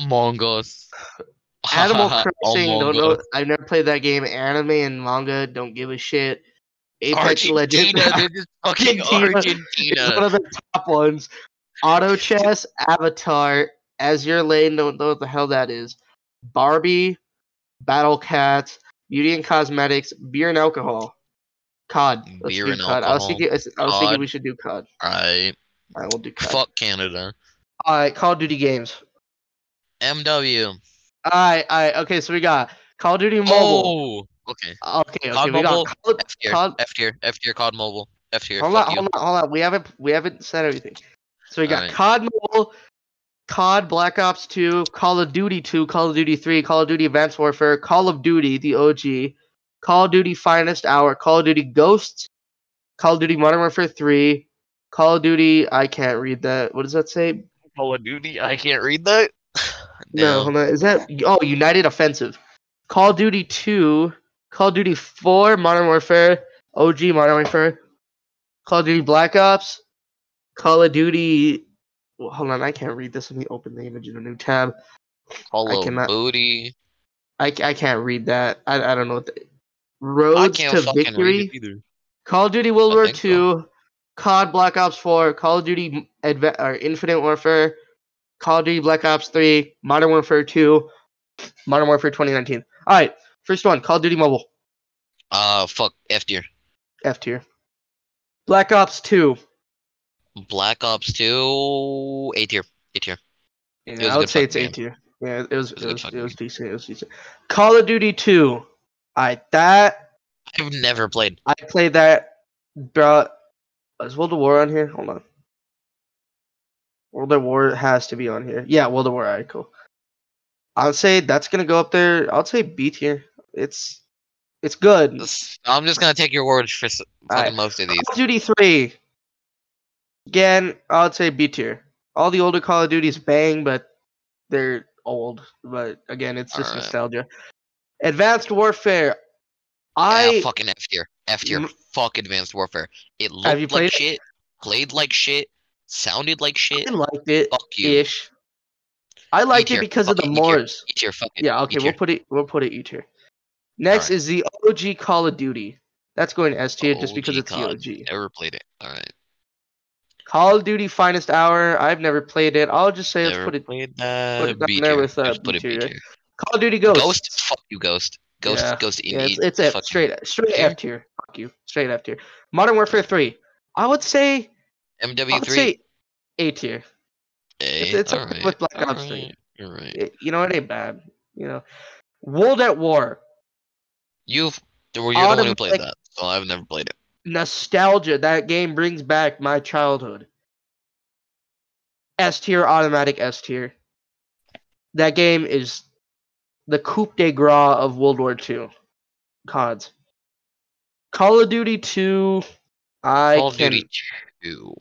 [SPEAKER 2] Among Us.
[SPEAKER 1] Animal Crossing.
[SPEAKER 2] Among
[SPEAKER 1] Don't know.
[SPEAKER 2] Us.
[SPEAKER 1] I've never played that game. Anime and manga. Don't give a shit. Apex Legends.
[SPEAKER 2] Argentina. This is fucking
[SPEAKER 1] Argentina. It's one
[SPEAKER 2] Argentina.
[SPEAKER 1] of the top ones. Auto Chess, Avatar, As Your Lane, don't know what the hell that is. Barbie, Battle Cats, Beauty and Cosmetics, Beer and Alcohol. COD. Let's
[SPEAKER 2] Beer
[SPEAKER 1] do
[SPEAKER 2] and
[SPEAKER 1] COD. I was,
[SPEAKER 2] alcohol.
[SPEAKER 1] thinking, I was I was thinking
[SPEAKER 2] COD.
[SPEAKER 1] we should do COD.
[SPEAKER 2] Alright.
[SPEAKER 1] I will do COD.
[SPEAKER 2] Fuck Canada.
[SPEAKER 1] Alright, Call of Duty games.
[SPEAKER 2] MW.
[SPEAKER 1] Alright, alright, okay, so we got Call of Duty Mobile.
[SPEAKER 2] Oh. Okay.
[SPEAKER 1] Okay, okay,
[SPEAKER 2] COD
[SPEAKER 1] we
[SPEAKER 2] Mobile,
[SPEAKER 1] got Call of-
[SPEAKER 2] F tier.
[SPEAKER 1] COD
[SPEAKER 2] F tier. F tier. COD Mobile. F tier.
[SPEAKER 1] Hold
[SPEAKER 2] fuck
[SPEAKER 1] on,
[SPEAKER 2] you.
[SPEAKER 1] hold on, hold on. We haven't we haven't said everything. So we got
[SPEAKER 2] Alright.
[SPEAKER 1] COD Mobile, COD Black Ops 2, Call of Duty 2, Call of Duty 3, Call of Duty Advanced Warfare, Call of Duty the OG, Call of Duty Finest Hour, Call of Duty Ghosts, Call of Duty Modern Warfare 3, Call of Duty I can't read that. What does that say?
[SPEAKER 2] Call of Duty. I can't read that.
[SPEAKER 1] No, hold on. Is that oh United Offensive? Call of Duty 2, Call of Duty 4, Modern Warfare, OG Modern Warfare, Call of Duty Black Ops, Call of Duty. well, hold on, I can't read this. Let me open the image in a new tab.
[SPEAKER 2] Call
[SPEAKER 1] I
[SPEAKER 2] of
[SPEAKER 1] cannot-
[SPEAKER 2] Booty.
[SPEAKER 1] I, I can't read that. I, I don't know what. The,
[SPEAKER 2] I
[SPEAKER 1] Roads
[SPEAKER 2] can't
[SPEAKER 1] to
[SPEAKER 2] fucking
[SPEAKER 1] Victory.
[SPEAKER 2] read it either.
[SPEAKER 1] Call of Duty World
[SPEAKER 2] I
[SPEAKER 1] War II,
[SPEAKER 2] think so.
[SPEAKER 1] COD Black Ops 4, Call of Duty Adva- or Infinite Warfare, Call of Duty Black Ops 3, Modern Warfare 2, Modern Warfare 2019. All right, first one, Call of Duty Mobile,
[SPEAKER 2] Uh, fuck. F tier.
[SPEAKER 1] F tier. Black Ops 2,
[SPEAKER 2] Black Ops 2. A tier. A tier. was a
[SPEAKER 1] Yeah, I would
[SPEAKER 2] good
[SPEAKER 1] say it's
[SPEAKER 2] fucking
[SPEAKER 1] A tier. Yeah, it was
[SPEAKER 2] It
[SPEAKER 1] it
[SPEAKER 2] was a good
[SPEAKER 1] was, it
[SPEAKER 2] fucking
[SPEAKER 1] was decent. It was decent. Call of Duty 2. I that
[SPEAKER 2] I've never played.
[SPEAKER 1] I played that bro is World of War on here? Hold on. World of War has to be on here. Yeah, World of War, alright, cool. I'll say that's gonna go up there. I'll say B tier. It's it's good.
[SPEAKER 2] This- I'm just gonna take your word for s-
[SPEAKER 1] All right.
[SPEAKER 2] fucking most of these.
[SPEAKER 1] Call of Duty 3. Again, I would say B tier. All the older Call of Duties bang, but they're old. But again, it's just
[SPEAKER 2] Alright.
[SPEAKER 1] nostalgia. Advanced Warfare.
[SPEAKER 2] I
[SPEAKER 1] I
[SPEAKER 2] fucking F tier. F tier.
[SPEAKER 1] Mm.
[SPEAKER 2] Fuck Advanced Warfare. It looked
[SPEAKER 1] Have you
[SPEAKER 2] like
[SPEAKER 1] played it?
[SPEAKER 2] shit, played like shit, sounded like shit.
[SPEAKER 1] I liked it
[SPEAKER 2] Fuck you.
[SPEAKER 1] ish. I liked
[SPEAKER 2] tier,
[SPEAKER 1] it because of the
[SPEAKER 2] fucking E tier.
[SPEAKER 1] Moors.
[SPEAKER 2] E tier. Fuck it.
[SPEAKER 1] Yeah,
[SPEAKER 2] E
[SPEAKER 1] okay,
[SPEAKER 2] tier.
[SPEAKER 1] we'll put it we'll put it E tier. Next
[SPEAKER 2] Alright.
[SPEAKER 1] is the OG Call of Duty. That's going to S tier just because
[SPEAKER 2] OG
[SPEAKER 1] it's
[SPEAKER 2] COD.
[SPEAKER 1] the OG.
[SPEAKER 2] Never played it. All right.
[SPEAKER 1] Call of Duty Finest Hour. I've never played it. I'll just say let's
[SPEAKER 2] Never
[SPEAKER 1] put it
[SPEAKER 2] played that.
[SPEAKER 1] put it down
[SPEAKER 2] B
[SPEAKER 1] there
[SPEAKER 2] tier.
[SPEAKER 1] with, uh,
[SPEAKER 2] Just put it
[SPEAKER 1] B
[SPEAKER 2] B
[SPEAKER 1] tier.
[SPEAKER 2] tier.
[SPEAKER 1] Call of Duty Ghost.
[SPEAKER 2] Ghost. Fuck you, Ghost. Ghost.
[SPEAKER 1] Yeah.
[SPEAKER 2] Ghost.
[SPEAKER 1] Yeah, it's,
[SPEAKER 2] Indeed.
[SPEAKER 1] it's F,
[SPEAKER 2] Fucking-
[SPEAKER 1] straight straight
[SPEAKER 2] Yeah.
[SPEAKER 1] F tier. Fuck you, straight F tier. Modern Warfare Three, I would say I would
[SPEAKER 2] MW3.
[SPEAKER 1] say A tier.
[SPEAKER 2] It's,
[SPEAKER 1] it's up with Black Ops three.
[SPEAKER 2] You're right.
[SPEAKER 1] It- You know it ain't bad. You know, World at War,
[SPEAKER 2] You've. Well, you're the one who played
[SPEAKER 1] Automatic-
[SPEAKER 2] that. So I've never played it.
[SPEAKER 1] nostalgia. That game brings back my childhood. S tier, automatic S tier. That game is the coup de grace of World War II. CODs. Call of Duty 2. I
[SPEAKER 2] Call of
[SPEAKER 1] can
[SPEAKER 2] Duty 2.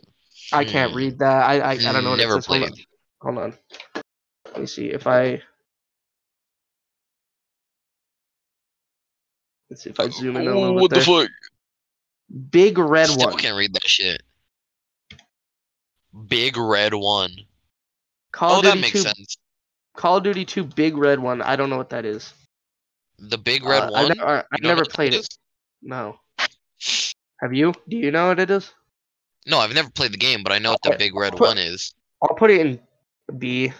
[SPEAKER 1] I can't
[SPEAKER 2] Hmm.
[SPEAKER 1] read that. I I, I don't know. What
[SPEAKER 2] Never
[SPEAKER 1] it says. Hold
[SPEAKER 2] played.
[SPEAKER 1] on. Hold on. Let me see if I. Let's see if I zoom in a little
[SPEAKER 2] Oh,
[SPEAKER 1] bit.
[SPEAKER 2] what the
[SPEAKER 1] there.
[SPEAKER 2] fuck?
[SPEAKER 1] Big red
[SPEAKER 2] Still
[SPEAKER 1] one.
[SPEAKER 2] can't read that shit. Big red one.
[SPEAKER 1] Call
[SPEAKER 2] oh,
[SPEAKER 1] of
[SPEAKER 2] that
[SPEAKER 1] Duty
[SPEAKER 2] makes
[SPEAKER 1] 2.
[SPEAKER 2] sense.
[SPEAKER 1] Call of Duty 2. Big red one. I don't know what that is.
[SPEAKER 2] The big red
[SPEAKER 1] Uh,
[SPEAKER 2] one.
[SPEAKER 1] I never, I, I
[SPEAKER 2] You know
[SPEAKER 1] never
[SPEAKER 2] what that
[SPEAKER 1] played it.
[SPEAKER 2] is?
[SPEAKER 1] No. Have you? Do you know what it is?
[SPEAKER 2] No, I've never played the game, but I know what the
[SPEAKER 1] Alright,
[SPEAKER 2] big red
[SPEAKER 1] put-
[SPEAKER 2] one is.
[SPEAKER 1] I'll put it in B.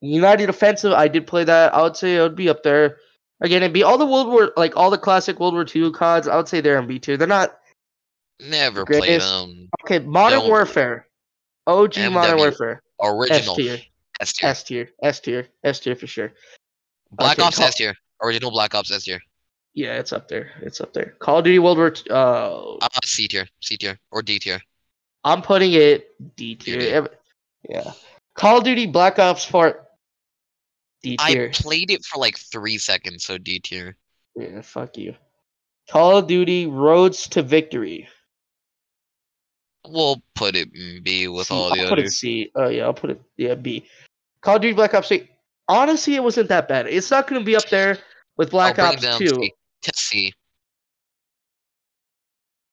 [SPEAKER 1] United Offensive, I did play that. I would say it would be up there. Again, it'd be all the World War, like all the classic World War II CODs. I would say they're on B tier. They're not
[SPEAKER 2] Never played
[SPEAKER 1] Greatest
[SPEAKER 2] um
[SPEAKER 1] okay. Modern
[SPEAKER 2] Don't-
[SPEAKER 1] Warfare, OG Modern
[SPEAKER 2] MW,
[SPEAKER 1] Warfare, S
[SPEAKER 2] original
[SPEAKER 1] tier,
[SPEAKER 2] S tier.
[SPEAKER 1] S tier, S tier, S tier for sure.
[SPEAKER 2] Black
[SPEAKER 1] okay,
[SPEAKER 2] Ops
[SPEAKER 1] Call-
[SPEAKER 2] S tier. Original Black Ops S tier.
[SPEAKER 1] Yeah, it's up there. It's up there. Call of Duty World War. T- uh,
[SPEAKER 2] Uh, C tier, C tier, or D tier.
[SPEAKER 1] I'm putting it D tier.
[SPEAKER 2] D.
[SPEAKER 1] Ev- Yeah. Call of Duty Black Ops 4. D
[SPEAKER 2] I
[SPEAKER 1] tier.
[SPEAKER 2] played it for like three seconds, so D tier.
[SPEAKER 1] Yeah, fuck you. Call of Duty Roads to Victory.
[SPEAKER 2] We'll put it in B with
[SPEAKER 1] C.
[SPEAKER 2] all
[SPEAKER 1] I'll
[SPEAKER 2] the
[SPEAKER 1] put it
[SPEAKER 2] others.
[SPEAKER 1] C. Oh yeah, I'll put it yeah B. Call of Duty Black Ops 3. Honestly, it wasn't that bad. It's not going to be up there with Black
[SPEAKER 2] I'll bring
[SPEAKER 1] Ops
[SPEAKER 2] down
[SPEAKER 1] 2.
[SPEAKER 2] C to C.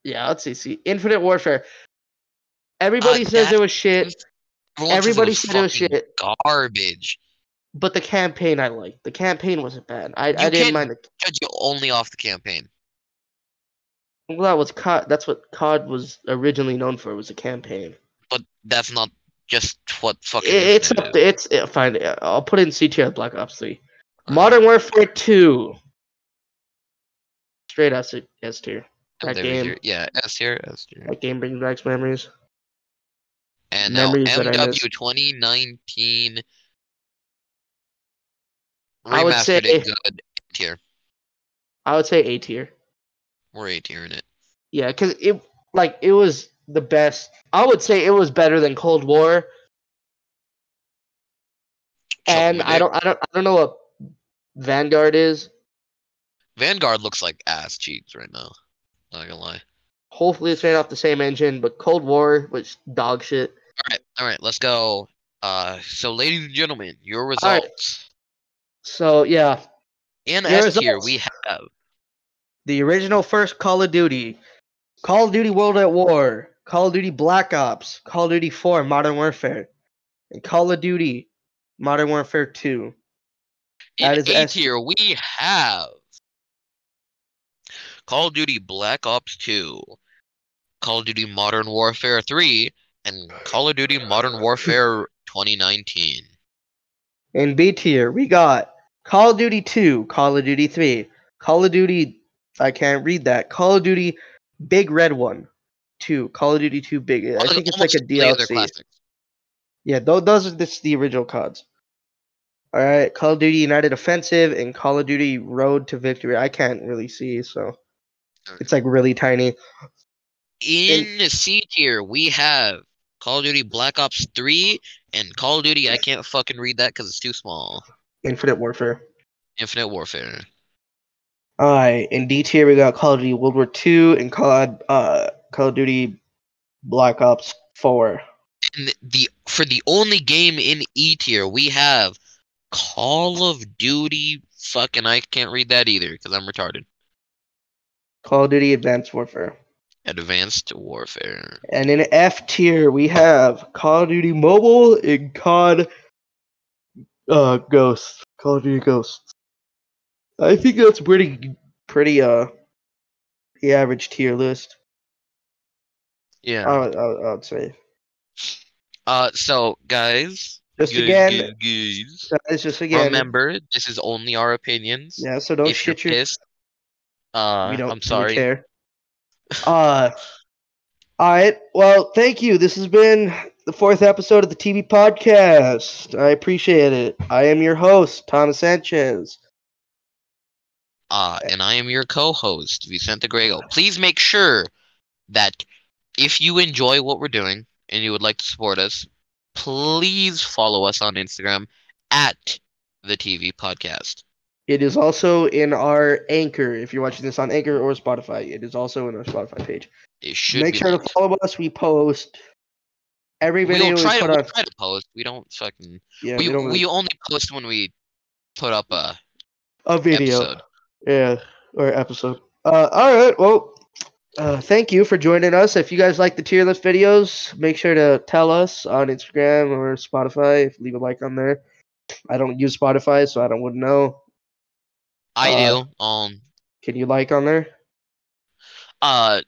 [SPEAKER 1] Yeah, let's see. See, Infinite Warfare. Everybody says
[SPEAKER 2] Uh, that-
[SPEAKER 1] it was shit.
[SPEAKER 2] Everyone says
[SPEAKER 1] Everybody said it was
[SPEAKER 2] fucking
[SPEAKER 1] shit,
[SPEAKER 2] Garbage.
[SPEAKER 1] but the campaign I liked. The campaign wasn't bad. I, I
[SPEAKER 2] can't
[SPEAKER 1] didn't mind the
[SPEAKER 2] Judge you only off the campaign.
[SPEAKER 1] Well, that was COD. That's what COD was originally known for. Was a campaign.
[SPEAKER 2] but that's not just what fucking.
[SPEAKER 1] It- it's
[SPEAKER 2] Infinite
[SPEAKER 1] up.
[SPEAKER 2] is.
[SPEAKER 1] To, it's it, fine. yeah, I'll put in C tier. Black Ops Three.
[SPEAKER 2] Alright,
[SPEAKER 1] Modern Warfare Two. Straight S S tier.
[SPEAKER 2] up
[SPEAKER 1] that
[SPEAKER 2] there is
[SPEAKER 1] game.
[SPEAKER 2] your- Yeah, S tier, S tier.
[SPEAKER 1] That game brings back memories.
[SPEAKER 2] And now
[SPEAKER 1] memories that I
[SPEAKER 2] MW
[SPEAKER 1] miss.
[SPEAKER 2] 2019
[SPEAKER 1] I would
[SPEAKER 2] remastered
[SPEAKER 1] say-
[SPEAKER 2] it good A tier.
[SPEAKER 1] I would say A tier.
[SPEAKER 2] We're A tier in it.
[SPEAKER 1] Yeah, because it like it was the best. I would say it was better than Cold War.
[SPEAKER 2] Chuck
[SPEAKER 1] and
[SPEAKER 2] my
[SPEAKER 1] I
[SPEAKER 2] dick.
[SPEAKER 1] don't, I don't, I don't know what Vanguard is.
[SPEAKER 2] Vanguard looks like ass cheeks right now. Not gonna lie.
[SPEAKER 1] Hopefully, it's ran off the same engine, but Cold War was dog shit.
[SPEAKER 2] All right, all right, let's go. Uh, so ladies and gentlemen, your
[SPEAKER 1] right.
[SPEAKER 2] results
[SPEAKER 1] So yeah,
[SPEAKER 2] in
[SPEAKER 1] Your
[SPEAKER 2] S tier
[SPEAKER 1] results.
[SPEAKER 2] we have
[SPEAKER 1] the original first Call of Duty, Call of Duty World at War, Call of Duty Black Ops, Call of Duty 4 Modern Warfare, and Call of Duty Modern Warfare 2. That
[SPEAKER 2] in
[SPEAKER 1] is
[SPEAKER 2] A
[SPEAKER 1] S-
[SPEAKER 2] tier we have Call of Duty Black Ops 2, Call of Duty Modern Warfare 3, and Call of Duty Modern Warfare 2019.
[SPEAKER 1] In B tier, we got Call of Duty 2, Call of Duty 3, Call of Duty I can't read that. Call of Duty Big Red One, 2, Call of Duty 2 Big. I
[SPEAKER 2] Almost-
[SPEAKER 1] think it's like
[SPEAKER 2] almost
[SPEAKER 1] a
[SPEAKER 2] all the other
[SPEAKER 1] DLC.
[SPEAKER 2] classics.
[SPEAKER 1] Yeah, tho- those are just the original CODs. All right, Call of Duty United Offensive and Call of Duty Road to Victory. I can't really see, so it's like really tiny.
[SPEAKER 2] In the C tier, we have Call of Duty Black Ops 3 and Call of Duty. I can't fucking read that because it's too small.
[SPEAKER 1] Infinite Warfare.
[SPEAKER 2] Infinite Warfare.
[SPEAKER 1] All right, in D tier we got Call of Duty World War II and Call of, uh, Call of Duty Black Ops 4.
[SPEAKER 2] And the for the only game in E tier, we have Call of Duty. Fucking, I can't read that either because I'm retarded.
[SPEAKER 1] Call of Duty Advanced Warfare.
[SPEAKER 2] Advanced Warfare.
[SPEAKER 1] And in F tier, we have Call of Duty Mobile and COD uh, Ghosts. Call of Duty Ghosts. I think that's pretty, pretty, uh, the average tier list.
[SPEAKER 2] Yeah.
[SPEAKER 1] I would, I would, I would say.
[SPEAKER 2] Uh, so guys,
[SPEAKER 1] Just
[SPEAKER 2] gu-
[SPEAKER 1] again,
[SPEAKER 2] gu- guys,
[SPEAKER 1] guys, just again.
[SPEAKER 2] remember this is only our opinions.
[SPEAKER 1] Yeah, so don't
[SPEAKER 2] if you're
[SPEAKER 1] shit your.
[SPEAKER 2] pissed, uh,
[SPEAKER 1] we don't
[SPEAKER 2] I'm sorry.
[SPEAKER 1] really care. Uh, all right. Well, thank you. This has been the fourth episode of the TV podcast. I appreciate it. I am your host, Thomas Sanchez.
[SPEAKER 2] Uh, and I am your co-host, Vicente Grego. Please make sure that if you enjoy what we're doing and you would like to support us, please follow us on Instagram at the TV Podcast.
[SPEAKER 1] It is also in our Anchor. If you're watching this on Anchor or Spotify, it is also in our Spotify page.
[SPEAKER 2] It should
[SPEAKER 1] Make
[SPEAKER 2] be
[SPEAKER 1] sure
[SPEAKER 2] linked.
[SPEAKER 1] to follow us. We post every
[SPEAKER 2] we
[SPEAKER 1] video
[SPEAKER 2] don't
[SPEAKER 1] we
[SPEAKER 2] try to,
[SPEAKER 1] put
[SPEAKER 2] we
[SPEAKER 1] on.
[SPEAKER 2] try to post. We don't fucking.
[SPEAKER 1] Yeah,
[SPEAKER 2] we
[SPEAKER 1] we don't really-
[SPEAKER 2] we only post when we put up a
[SPEAKER 1] a video.
[SPEAKER 2] episode.
[SPEAKER 1] Yeah, or episode. Uh, all right. Well, uh, thank you for joining us. If you guys like the tier list videos, make sure to tell us on Instagram or Spotify. If leave a like on there. I don't use Spotify, so I don't wouldn't know.
[SPEAKER 2] I
[SPEAKER 1] Uh,
[SPEAKER 2] do. Um.
[SPEAKER 1] Can you like on there?
[SPEAKER 2] Uh.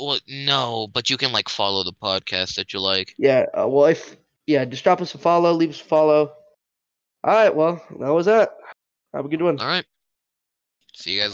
[SPEAKER 2] Well, no, but you can like follow the podcast that you like.
[SPEAKER 1] Yeah. Uh, well, if yeah, just drop us a follow. Leave us a follow. All right. Well, that was that. Have a good one.
[SPEAKER 2] All right. See you guys.